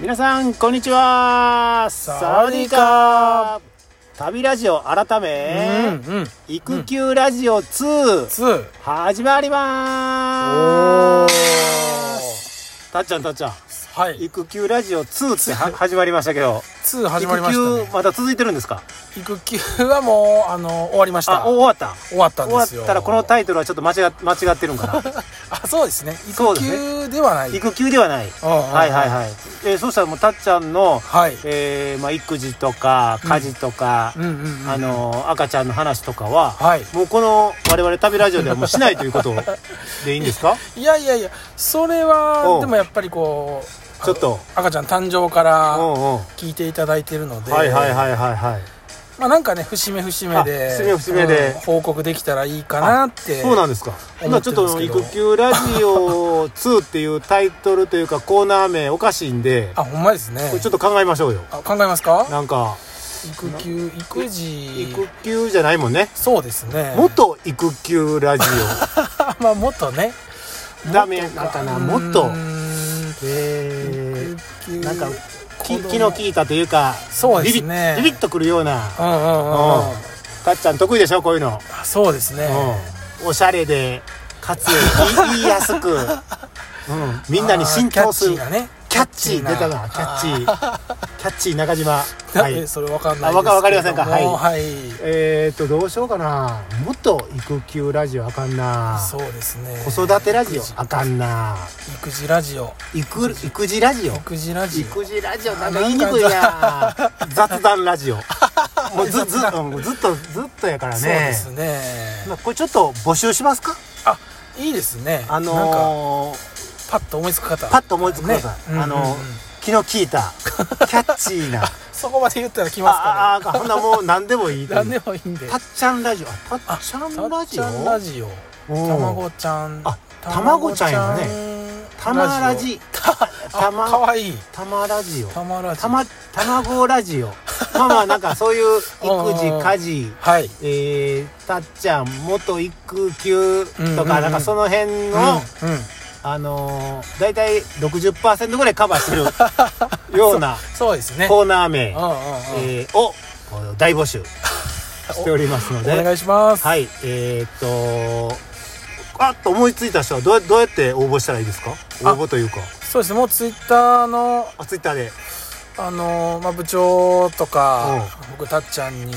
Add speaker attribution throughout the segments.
Speaker 1: 皆さんこんにちはサ
Speaker 2: サ
Speaker 1: ワ
Speaker 2: ワ
Speaker 1: デ
Speaker 2: デ
Speaker 1: ィ
Speaker 2: ィ
Speaker 1: ーカ
Speaker 2: ーカ
Speaker 1: 旅ラジオ改め、
Speaker 2: うんうん
Speaker 1: 育休ラジオ2、
Speaker 2: ツー
Speaker 1: 始まりまー
Speaker 2: おー
Speaker 1: すたっちゃんたっちゃん
Speaker 2: はい
Speaker 1: 育休ラジオ2っては始まりましたけど
Speaker 2: ツー始まりました、
Speaker 1: 育
Speaker 2: ね
Speaker 1: 休、まだ続いてるんですか
Speaker 2: 育休はもうあの終わりました
Speaker 1: あお終わった
Speaker 2: 終わったん
Speaker 1: 終
Speaker 2: で
Speaker 1: わ
Speaker 2: すよ
Speaker 1: ったらこのタイトルはちょっと間違っ間違ってるんかな
Speaker 2: あそうですね
Speaker 1: そう
Speaker 2: 育
Speaker 1: ですね
Speaker 2: 休ではない
Speaker 1: 育休ではないは
Speaker 2: はい
Speaker 1: はい
Speaker 2: い
Speaker 1: はい、えーそうしたらもうたっちゃんの、
Speaker 2: はい
Speaker 1: えーまあ、育児とか家事とか、
Speaker 2: うんうんうん
Speaker 1: あのー赤ちゃんの話とかは、
Speaker 2: はい
Speaker 1: もうこの我々旅ラジオではもうしないということでいいんですか
Speaker 2: いやいやいやそれ
Speaker 1: お
Speaker 2: は
Speaker 1: う
Speaker 2: でもやっぱりこう
Speaker 1: ちょっと
Speaker 2: あの赤ちゃん誕生か
Speaker 1: う
Speaker 2: ら
Speaker 1: んうん
Speaker 2: 聞いていただいてるので
Speaker 1: はいはいはいはいはい
Speaker 2: まあなんかね節目節目
Speaker 1: あ
Speaker 2: で
Speaker 1: 節目節目で
Speaker 2: うん報告できたらいいかなって
Speaker 1: そうなんですか
Speaker 2: 思
Speaker 1: 今
Speaker 2: っ
Speaker 1: ち
Speaker 2: て
Speaker 1: ょっ
Speaker 2: るんです
Speaker 1: と
Speaker 2: けど
Speaker 1: 育休ラジオ2っていうタイトルというかコーナー名おかしいんで
Speaker 2: あほんまですね
Speaker 1: これちょっと考えましょうよ
Speaker 2: あ考えますか
Speaker 1: なんか
Speaker 2: 育休育児
Speaker 1: 育休じゃないもんね
Speaker 2: そうですね
Speaker 1: 元育休ラジ
Speaker 2: まあもっとね
Speaker 1: オダメなんかなもっ
Speaker 2: う
Speaker 1: と
Speaker 2: ーん
Speaker 1: え
Speaker 2: 育休
Speaker 1: ーなんかき
Speaker 2: 子供
Speaker 1: 気の利いたというか
Speaker 2: そうですね
Speaker 1: ビビビビッとくるような
Speaker 2: うんうんうんうん
Speaker 1: うんたっちゃん得意でしょこういうの、
Speaker 2: あそうですね
Speaker 1: うん、おしゃれでかつ言い言いやすく、 うん、みんなに浸透する
Speaker 2: あーキャッチーなね
Speaker 1: キャッチー出たなキャッチーキャッチー中島は
Speaker 2: はいいそれわかんない
Speaker 1: あわかわかりませんかはい
Speaker 2: はい
Speaker 1: えー、っとどうしようかなもっと育休ラジオあかんな
Speaker 2: そうですね
Speaker 1: 子育てラジオ
Speaker 2: 育児
Speaker 1: あかんな
Speaker 2: 育児ラジオ
Speaker 1: 育育児ラジオ
Speaker 2: 育児ラジオ
Speaker 1: 育児ラジオなんか言いにくい な雑談ラジオもうずずうんずっとずっとやからね
Speaker 2: そうですね
Speaker 1: まあこれちょっと募集しますか
Speaker 2: あいいですね
Speaker 1: あ
Speaker 2: なんか
Speaker 1: のー、
Speaker 2: パッと思いつく方
Speaker 1: パッと思いつくのさ、
Speaker 2: ね
Speaker 1: あの、
Speaker 2: うんうんうん
Speaker 1: 気の利いたキャッチ ーなあ
Speaker 2: そこまで言ったら来ますか
Speaker 1: ああほんなもう何でもいい
Speaker 2: ら 何でもいいんで
Speaker 1: たっちゃんラジオあたっちゃ
Speaker 2: た
Speaker 1: ん
Speaker 2: っ
Speaker 1: ラジ
Speaker 2: ち
Speaker 1: オ
Speaker 2: ゃんラジオ
Speaker 1: うん
Speaker 2: たまごちゃん
Speaker 1: あたまごちゃんやねたまラジた
Speaker 2: たま
Speaker 1: ま
Speaker 2: かわいい
Speaker 1: たまラジオ
Speaker 2: たまラジ
Speaker 1: たまたまごラジオまあまあなんかそういう育児
Speaker 2: うん
Speaker 1: 家事
Speaker 2: はい
Speaker 1: えー、たっちゃん元育休とか、
Speaker 2: うんうんうん
Speaker 1: なんかその辺
Speaker 2: う
Speaker 1: の、
Speaker 2: んうん
Speaker 1: あのー、大体60%ぐらいカバーしてるよ うな
Speaker 2: そうですね
Speaker 1: コーナー名、
Speaker 2: うんうんうん
Speaker 1: えーをこう大募集 しておりますの
Speaker 2: お
Speaker 1: で
Speaker 2: 願いします
Speaker 1: はいえー、っとあっと思いついた人はどうやどうやって応募したらいいですか応
Speaker 2: あ
Speaker 1: 募というか
Speaker 2: そうですねもうツイッターの
Speaker 1: あツイッターで
Speaker 2: あのまあ部長とか僕たっちゃんに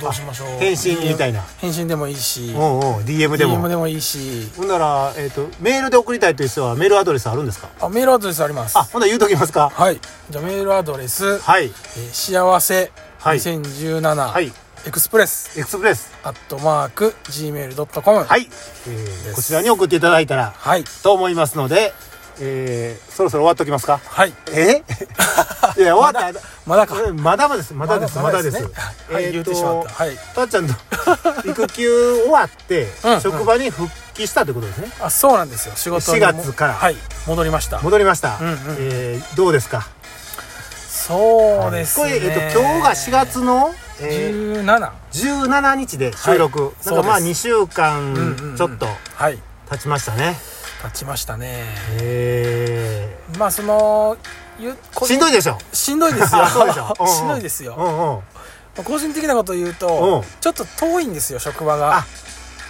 Speaker 2: どうしましょう
Speaker 1: 返信みた
Speaker 2: い
Speaker 1: いな
Speaker 2: 返信でもいいし
Speaker 1: おうおう DM で
Speaker 2: DM
Speaker 1: も
Speaker 2: でもいいし
Speaker 1: ほんなら、えー、っとメールで送りたいという人はメールアドレスあるんですか
Speaker 2: あメールアドレスあります
Speaker 1: あほんなら言うときますか
Speaker 2: はいじゃあメールアドレス
Speaker 1: はい
Speaker 2: えー幸せ
Speaker 1: はいは
Speaker 2: 2017
Speaker 1: い
Speaker 2: エクスプレス
Speaker 1: エクスプレス
Speaker 2: アットマーク Gmail.com
Speaker 1: はいい、えー
Speaker 2: す
Speaker 1: こちらに送っていただいたら
Speaker 2: はい
Speaker 1: と思いますので、えー、そろそろ終わっときますか
Speaker 2: はい
Speaker 1: え いや終わった
Speaker 2: まだか
Speaker 1: うんまだまだですまだですまだです
Speaker 2: ねはい、
Speaker 1: えー
Speaker 2: 言う
Speaker 1: と
Speaker 2: てしまったはい
Speaker 1: たっちゃんと 育休終わって
Speaker 2: うんうん
Speaker 1: 職場に復帰したということですね
Speaker 2: あそうなんですよ仕事にも
Speaker 1: 4月から
Speaker 2: はい戻りました
Speaker 1: 戻りました
Speaker 2: うんうん
Speaker 1: えーどうですか
Speaker 2: そうですね
Speaker 1: これえっと今日が4月のえー
Speaker 2: 17
Speaker 1: 17日で収録
Speaker 2: はい
Speaker 1: なんかまあ
Speaker 2: そう
Speaker 1: 2
Speaker 2: で
Speaker 1: 週
Speaker 2: うん
Speaker 1: 間
Speaker 2: うんうん
Speaker 1: ちょっと
Speaker 2: はい
Speaker 1: 経ちましたね
Speaker 2: 経ちましたね
Speaker 1: え
Speaker 2: まあそのゆ
Speaker 1: ー
Speaker 2: 個
Speaker 1: し
Speaker 2: 人
Speaker 1: んどいでしょ
Speaker 2: しんどいですよ
Speaker 1: そうで しょうんうん
Speaker 2: しんどいです
Speaker 1: う
Speaker 2: よ
Speaker 1: んうん
Speaker 2: 個人的なこと言う
Speaker 1: うん
Speaker 2: とちょっと遠いんですよ職場が
Speaker 1: あ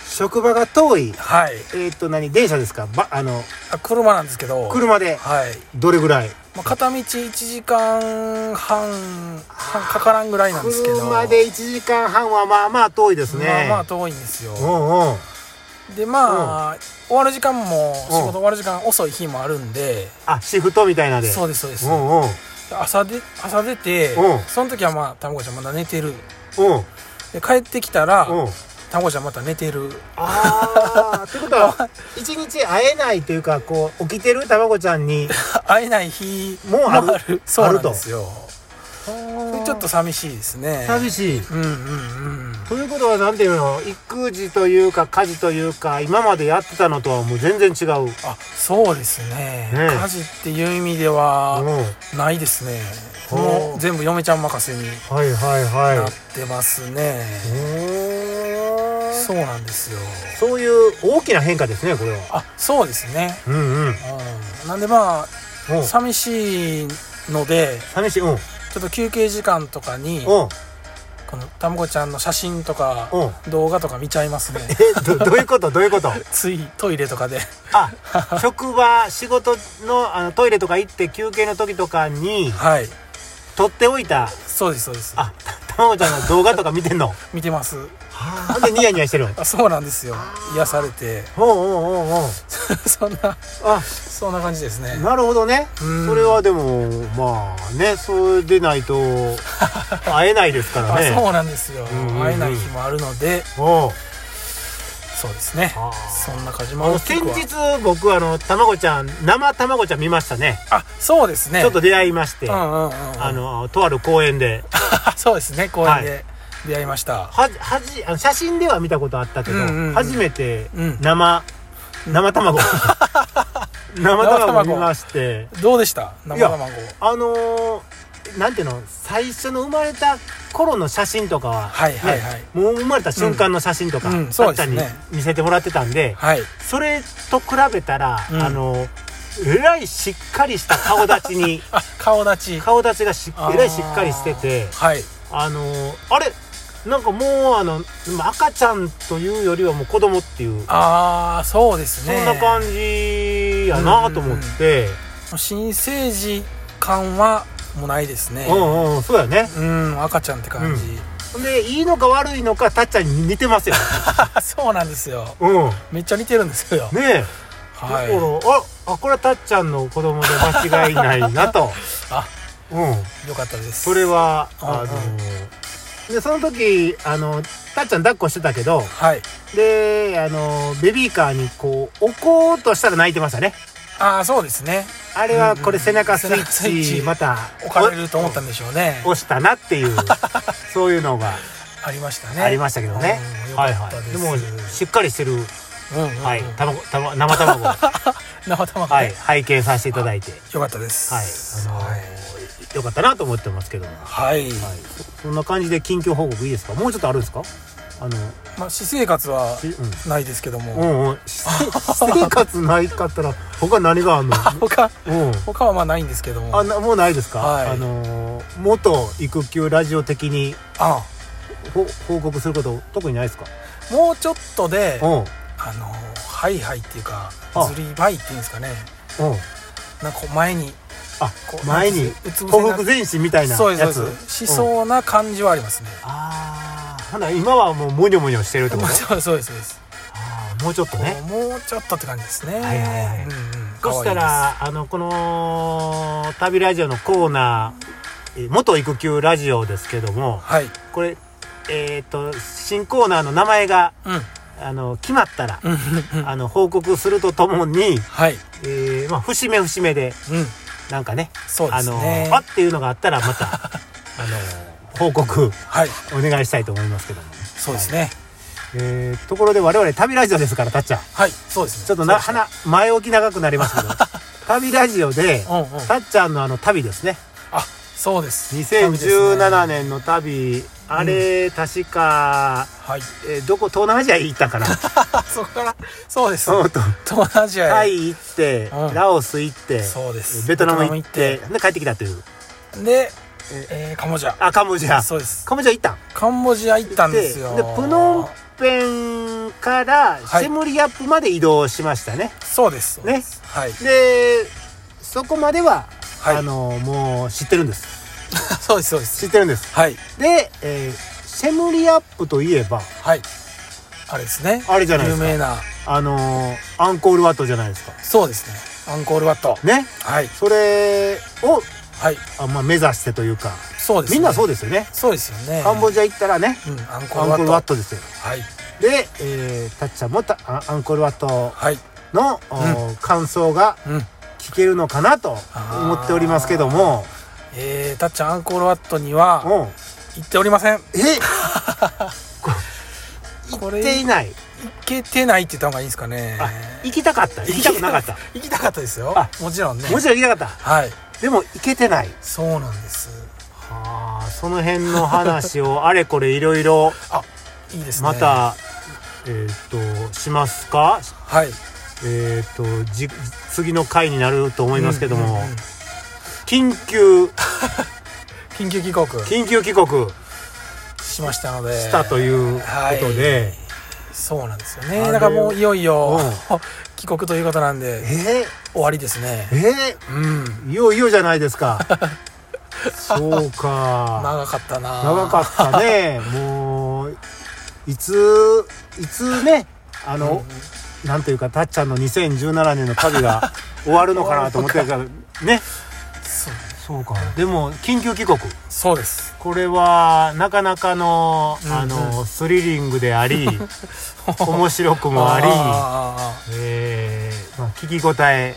Speaker 1: 職場が遠い
Speaker 2: はい
Speaker 1: えーっと何電車ですかばあの
Speaker 2: あ車なんですけど
Speaker 1: 車で
Speaker 2: はい
Speaker 1: どれぐらい
Speaker 2: まあ、片道1時間半半かからんぐらいなんですけど
Speaker 1: 車で1時間半はまあまあ遠いですね
Speaker 2: まあまあ遠いんですよ
Speaker 1: うんうん
Speaker 2: でまあ、終わる時間も仕事終わる時間遅い日もあるんで
Speaker 1: あシフトみたいなで
Speaker 2: そうですそうです
Speaker 1: うんうん
Speaker 2: 朝で朝出て
Speaker 1: うん
Speaker 2: その時はまあたまごちゃんまだ寝てる
Speaker 1: うん
Speaker 2: で帰ってきたら
Speaker 1: うん
Speaker 2: たまごちゃんまた寝てる
Speaker 1: ああということは一日会えないというかこう起きてるたまごちゃん に
Speaker 2: 会えない日
Speaker 1: もうある
Speaker 2: そうなん
Speaker 1: あると
Speaker 2: ですよ
Speaker 1: ち
Speaker 2: それちょっと寂しいですね
Speaker 1: 寂しい
Speaker 2: うんうんうん
Speaker 1: ということはなんていうの育児というか家事というか今までやってたのとはもう全然違う
Speaker 2: あそうですね
Speaker 1: ね
Speaker 2: 家事っていう意味では、
Speaker 1: うん
Speaker 2: ないですね
Speaker 1: ほう
Speaker 2: もう全部嫁ちゃん任せに
Speaker 1: はいはいはい
Speaker 2: なってますね、
Speaker 1: うーん
Speaker 2: そうなんですよ
Speaker 1: そういう大きな変化ですねこれは
Speaker 2: あそうですね
Speaker 1: うんうん
Speaker 2: うんなんでまあ
Speaker 1: うん
Speaker 2: 寂しいので
Speaker 1: 寂しいうんうん
Speaker 2: ちょっと休憩時間とかにこのたまごちゃんの写真とか
Speaker 1: う
Speaker 2: 動画とか見ちゃいますね
Speaker 1: えど どういうことどういうこと
Speaker 2: ついトイレとか で
Speaker 1: あ職場仕事のあのトイレとか行って休憩の時とかに
Speaker 2: はい
Speaker 1: 撮っておいた
Speaker 2: そうですそうです
Speaker 1: あたまごちゃんの動画とか見てんの
Speaker 2: 見てます
Speaker 1: ほんでニヤニヤしてる
Speaker 2: あそうなんですよ癒されて
Speaker 1: おうおうおうおう
Speaker 2: そんな
Speaker 1: あ
Speaker 2: そんな感じですね
Speaker 1: なるほどね
Speaker 2: うん
Speaker 1: それはでもまあねそれでないと会えないですから
Speaker 2: あ
Speaker 1: ね
Speaker 2: そうなんですよ
Speaker 1: んうんうん
Speaker 2: 会えない日もあるので
Speaker 1: おう
Speaker 2: そうですね
Speaker 1: あー
Speaker 2: そんな感じ
Speaker 1: あ
Speaker 2: も
Speaker 1: の
Speaker 2: 大き
Speaker 1: 先
Speaker 2: くは
Speaker 1: 日僕あのたまごちゃん生たまごちゃん見ましたね
Speaker 2: あそうですね
Speaker 1: ちょっと出会いまして、
Speaker 2: うんうんうんうん
Speaker 1: あのとある公園で
Speaker 2: そうですね公園
Speaker 1: は
Speaker 2: で出会いました
Speaker 1: はじはじあの写真では見たことあったけど、
Speaker 2: うんうんうん
Speaker 1: 初めて
Speaker 2: うん
Speaker 1: 生、生 卵生卵見まして
Speaker 2: どうでした生卵
Speaker 1: あのーなんていうの最初の生まれた頃の写真とかは、
Speaker 2: はいはいはい
Speaker 1: ねもう生まれた瞬間の写真とか、
Speaker 2: うんうん
Speaker 1: あ
Speaker 2: そう
Speaker 1: っ
Speaker 2: で
Speaker 1: た
Speaker 2: す
Speaker 1: に
Speaker 2: ね
Speaker 1: 見せてもらってたんで、
Speaker 2: はい
Speaker 1: それと比べたら、
Speaker 2: うん
Speaker 1: あのえらいしっかりした顔立ち に
Speaker 2: あ顔立ち
Speaker 1: 顔立ちがし
Speaker 2: あー
Speaker 1: えらいしっかりしてて
Speaker 2: はい
Speaker 1: あのあれなんかもうあのまあ赤ちゃんというよりはもう子供っていう
Speaker 2: ああそうです
Speaker 1: そ
Speaker 2: ね
Speaker 1: んな感じやなと思って、
Speaker 2: 新生児感はもうないですね
Speaker 1: うん、うんうんそうやね
Speaker 2: うん赤ちゃんって感じ、
Speaker 1: ほんでいいのか悪いのかたっちゃんに似てますよ、
Speaker 2: あ そうなんですよ
Speaker 1: うん、
Speaker 2: めっちゃ似てるんですよ、
Speaker 1: ねえ、
Speaker 2: はい
Speaker 1: だからああこれはたっちゃんの子供で間違いないなと、
Speaker 2: あ
Speaker 1: うん、
Speaker 2: よかったです
Speaker 1: それはあ
Speaker 2: うんうん
Speaker 1: のでその時あのたっちゃん抱っこしてたけど
Speaker 2: はい
Speaker 1: であのベビーカーにこう置こうとしたら泣いてましたね
Speaker 2: ああそうですね
Speaker 1: あれはこれ
Speaker 2: うん
Speaker 1: 背中スイ
Speaker 2: 背中スイ
Speaker 1: ッ
Speaker 2: ッ
Speaker 1: チ
Speaker 2: チ
Speaker 1: また
Speaker 2: 置かれると思ったんでしょうね
Speaker 1: 押したなっていうそういうのが
Speaker 2: ありましたね
Speaker 1: ありましたけどね
Speaker 2: うんよか
Speaker 1: は
Speaker 2: っ
Speaker 1: いは
Speaker 2: た
Speaker 1: い
Speaker 2: で、
Speaker 1: ですもしっかりしてる
Speaker 2: うんうんうん
Speaker 1: はい卵卵生 卵
Speaker 2: 生卵、
Speaker 1: はい拝見させていただいて
Speaker 2: よかったです
Speaker 1: はいあの
Speaker 2: はい
Speaker 1: よかったなと思ってますけども
Speaker 2: はい、
Speaker 1: はい、そんな感じで近況報告いいですかもうちょっとあるんですかあの
Speaker 2: まあ私生活は
Speaker 1: しうん
Speaker 2: ないですけど
Speaker 1: う
Speaker 2: も、
Speaker 1: んうん し生活ないかったら他何があんの
Speaker 2: 他
Speaker 1: うん
Speaker 2: 他はまあないんですけども
Speaker 1: あなもうないですか、
Speaker 2: はい
Speaker 1: あのー元育休ラジオ的に
Speaker 2: あ
Speaker 1: ほ報告すること特にないですか
Speaker 2: もうちょっとで
Speaker 1: うんうん
Speaker 2: あのハイハイっていうか
Speaker 1: あ
Speaker 2: ずりばいっていうんですかねなんかこう前に
Speaker 1: あ
Speaker 2: こう
Speaker 1: 前に
Speaker 2: うつ伏せ
Speaker 1: 報
Speaker 2: な
Speaker 1: 復前進みたいなやつ
Speaker 2: そうですそうですし
Speaker 1: うん
Speaker 2: そうな感じはありますね、
Speaker 1: ああほな今はもうモニョモニョしてるってこ
Speaker 2: も
Speaker 1: と
Speaker 2: う そうそうですそうです
Speaker 1: あーもうちょっとね
Speaker 2: もうちょっとって感じですね
Speaker 1: はいはいはい
Speaker 2: うんうん
Speaker 1: そした
Speaker 2: 可愛い
Speaker 1: らあのこの旅ラジオのコーナーえー元育休ラジオですけども
Speaker 2: です
Speaker 1: これえっ、と新コーナーの名前が
Speaker 2: はい
Speaker 1: あの決まったら
Speaker 2: うんうんうん
Speaker 1: あの報告するとともに、
Speaker 2: はい
Speaker 1: えーまあ、節目節目で
Speaker 2: うん
Speaker 1: なんかね
Speaker 2: そうで
Speaker 1: あ
Speaker 2: す
Speaker 1: の
Speaker 2: ね
Speaker 1: あっていうのがあったらま たあの報告
Speaker 2: はい
Speaker 1: お願いしたいと思いますけども、
Speaker 2: そうですね
Speaker 1: えーところで我々旅ラジオですからたっちゃん
Speaker 2: はいそうですね
Speaker 1: ちょっとな
Speaker 2: そうで
Speaker 1: 花前置き長くなり ますけど旅ラジオです
Speaker 2: ねうんうん
Speaker 1: たっちゃんのあの旅ですね
Speaker 2: あそうです
Speaker 1: 2017年の旅あれ、確か、
Speaker 2: はい
Speaker 1: えーどこ東南アジア行ったか な
Speaker 2: そこからそうです
Speaker 1: そうと
Speaker 2: 東南アジアへ
Speaker 1: タイ行って、
Speaker 2: うん
Speaker 1: ラオス行って
Speaker 2: そうです
Speaker 1: ベトナム行って
Speaker 2: ベト
Speaker 1: で帰ってきたという
Speaker 2: で、えー、カンボジア
Speaker 1: あカンボジア
Speaker 2: そうです
Speaker 1: カンボジア行ったん
Speaker 2: カンボジア行ったんですよ
Speaker 1: でプノンペンからシ
Speaker 2: はい
Speaker 1: ェムリアップまで移動しましたね、
Speaker 2: そうです
Speaker 1: ね
Speaker 2: はい
Speaker 1: でそこまでは、
Speaker 2: はい
Speaker 1: あのもう知ってるんです
Speaker 2: そうですそうです
Speaker 1: 知ってるんです
Speaker 2: はい
Speaker 1: で、えーシェムリアップといえば
Speaker 2: はいあれですね
Speaker 1: あれじゃないですか
Speaker 2: 有名な
Speaker 1: あのーアンコールワットじゃないですか
Speaker 2: そうですねアンコールワット
Speaker 1: ね
Speaker 2: はい
Speaker 1: それを
Speaker 2: はい
Speaker 1: あ、まあ、目指してというか
Speaker 2: そうですね、
Speaker 1: みんなそう
Speaker 2: で
Speaker 1: ですよね
Speaker 2: すそうですよね
Speaker 1: カンボジア行ったらね
Speaker 2: うんアンコー
Speaker 1: アンコー
Speaker 2: ルワッ
Speaker 1: ル
Speaker 2: ト
Speaker 1: ワットですよ
Speaker 2: はい
Speaker 1: で、えー、たっちゃんもたあアンコールワット
Speaker 2: はい
Speaker 1: の、おー感想が
Speaker 2: うん
Speaker 1: 聞けるのかなと思っておりますけども
Speaker 2: えー、たっちゃんアンコールワットには
Speaker 1: うん
Speaker 2: 行っておりません
Speaker 1: えこ
Speaker 2: こ
Speaker 1: 行
Speaker 2: れ
Speaker 1: ってい
Speaker 2: 行
Speaker 1: ない
Speaker 2: けてないって言った方がいいんですかね
Speaker 1: あ行きたかった行きたくなかった
Speaker 2: 行きたかったですよ
Speaker 1: あ
Speaker 2: もちろんね
Speaker 1: もちろん行きたかっ
Speaker 2: はい
Speaker 1: たでも行けてない
Speaker 2: そうなんです
Speaker 1: はあその辺の話 をあれこれいろいろ
Speaker 2: あいいですね
Speaker 1: また、えーっとしますか
Speaker 2: はい
Speaker 1: えーっとじ次の回になると思いますけども、
Speaker 2: うんうんうん
Speaker 1: 緊急
Speaker 2: 緊急帰国
Speaker 1: 緊急帰国
Speaker 2: しましたので
Speaker 1: したということで、
Speaker 2: そうなんですよ
Speaker 1: あ
Speaker 2: ね
Speaker 1: れ
Speaker 2: だからもういよいよ
Speaker 1: う
Speaker 2: 帰国ということなんで
Speaker 1: え
Speaker 2: 終わりですね
Speaker 1: ー、え
Speaker 2: うん
Speaker 1: ー、いよいよじゃないです かそうか
Speaker 2: 長かったな
Speaker 1: 長かった ねもういついつねあの、なんというかたっちゃんの2017年の旅が終わるのかなと思ってた からね
Speaker 2: そう
Speaker 1: そうかでも緊急帰国
Speaker 2: そうです
Speaker 1: これはなかなかの
Speaker 2: うんうん
Speaker 1: あの、スリリングであ り面白くもあり
Speaker 2: あ
Speaker 1: えーまあ、聞き応え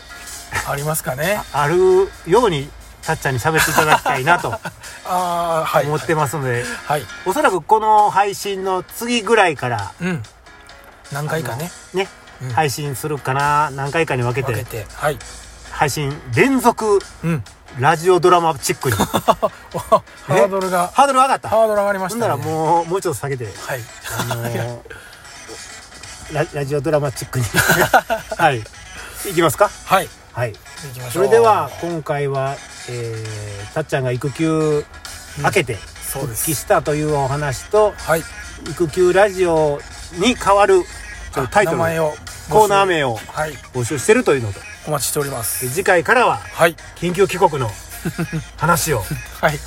Speaker 2: ーありますかね
Speaker 1: あるようにたっちゃんに喋っていただきたいなと
Speaker 2: ああはい
Speaker 1: 思ってますので、
Speaker 2: はい
Speaker 1: おそらくこの配信の次ぐらいから
Speaker 2: うん何回かね
Speaker 1: ね、
Speaker 2: うん
Speaker 1: 配信するかな何回かに分け
Speaker 2: 分
Speaker 1: て
Speaker 2: けてはい
Speaker 1: 配信連続
Speaker 2: うん
Speaker 1: ラジオドラマチッ クにハ
Speaker 2: ハードルが
Speaker 1: ードル上がった
Speaker 2: ハードル上がりまし
Speaker 1: ほ
Speaker 2: た
Speaker 1: んな
Speaker 2: ね
Speaker 1: らもうもうちょっと下げて
Speaker 2: はい
Speaker 1: あのーララジオドラマチッ クにはいいきますか
Speaker 2: はい
Speaker 1: はい
Speaker 2: 行きまし
Speaker 1: そ
Speaker 2: ょう
Speaker 1: れでは今回は、えーたっちゃんが育休明けて
Speaker 2: そう
Speaker 1: 復
Speaker 2: です
Speaker 1: 帰したというお話と、
Speaker 2: はい
Speaker 1: 育休ラジオに変わるちょっとタイトル
Speaker 2: 名前を
Speaker 1: コーナー名を
Speaker 2: はい
Speaker 1: 募集してるというのと
Speaker 2: お待ちしておりま
Speaker 1: です次回からは
Speaker 2: はい
Speaker 1: 緊急帰国の話を
Speaker 2: はい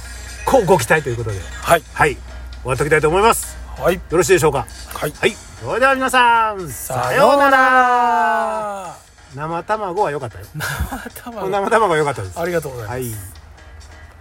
Speaker 1: こうご期待ということで
Speaker 2: はい
Speaker 1: はい終わっておきたいと思います
Speaker 2: はい
Speaker 1: よろしいでしょうか
Speaker 2: はい
Speaker 1: はいそれでは皆さんさ
Speaker 2: さ
Speaker 1: よ
Speaker 2: よ
Speaker 1: う
Speaker 2: う
Speaker 1: なら
Speaker 2: なら
Speaker 1: 生卵は良かったよ
Speaker 2: 頭
Speaker 1: 生卵は良かったです
Speaker 2: ありがとうございます
Speaker 1: はい